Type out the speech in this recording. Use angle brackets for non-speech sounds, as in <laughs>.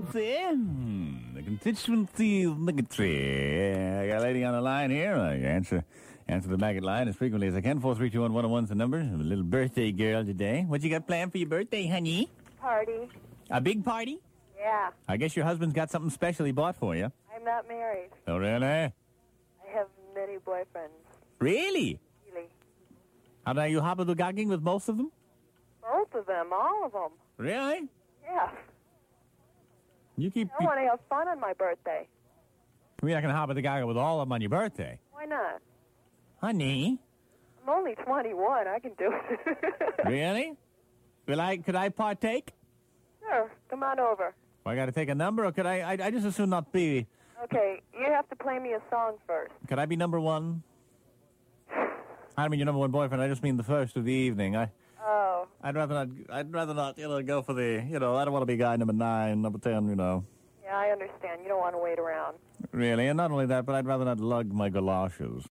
constituency. Hmm, the constituency of bigotry. I got a lady on the line here. I answer answer the maggot line as frequently as I can. Four three two one one one's the number. I'm a little birthday girl today. What you got planned for your birthday, honey? Party. A big party? Yeah. I guess your husband's got something special he bought for you. I'm not married. Oh really? I have many boyfriends. Really? Really. And are you hobble-gagging with most of them? Both of them. All of them. Really? Yeah. You keep. I want to have fun on my birthday. We're not gonna hobble-gaggle with all of them on your birthday, Why not? honey. I'm only 21. I can do it. <laughs> Really? Will I? Could I partake? sure. Come on over. I got to take a number, or could I, I? I just assume not be. Okay. You have to play me a song first. Could I be number one? I don't mean your number one boyfriend. I just mean the first of the evening. I, Oh. I'd rather not. I'd rather not. You know, go for the. You know, I don't want to be guy number nine, number ten. You know, Yeah, I understand. You don't want to wait around. really. And not only that, but I'd rather not lug my galoshes.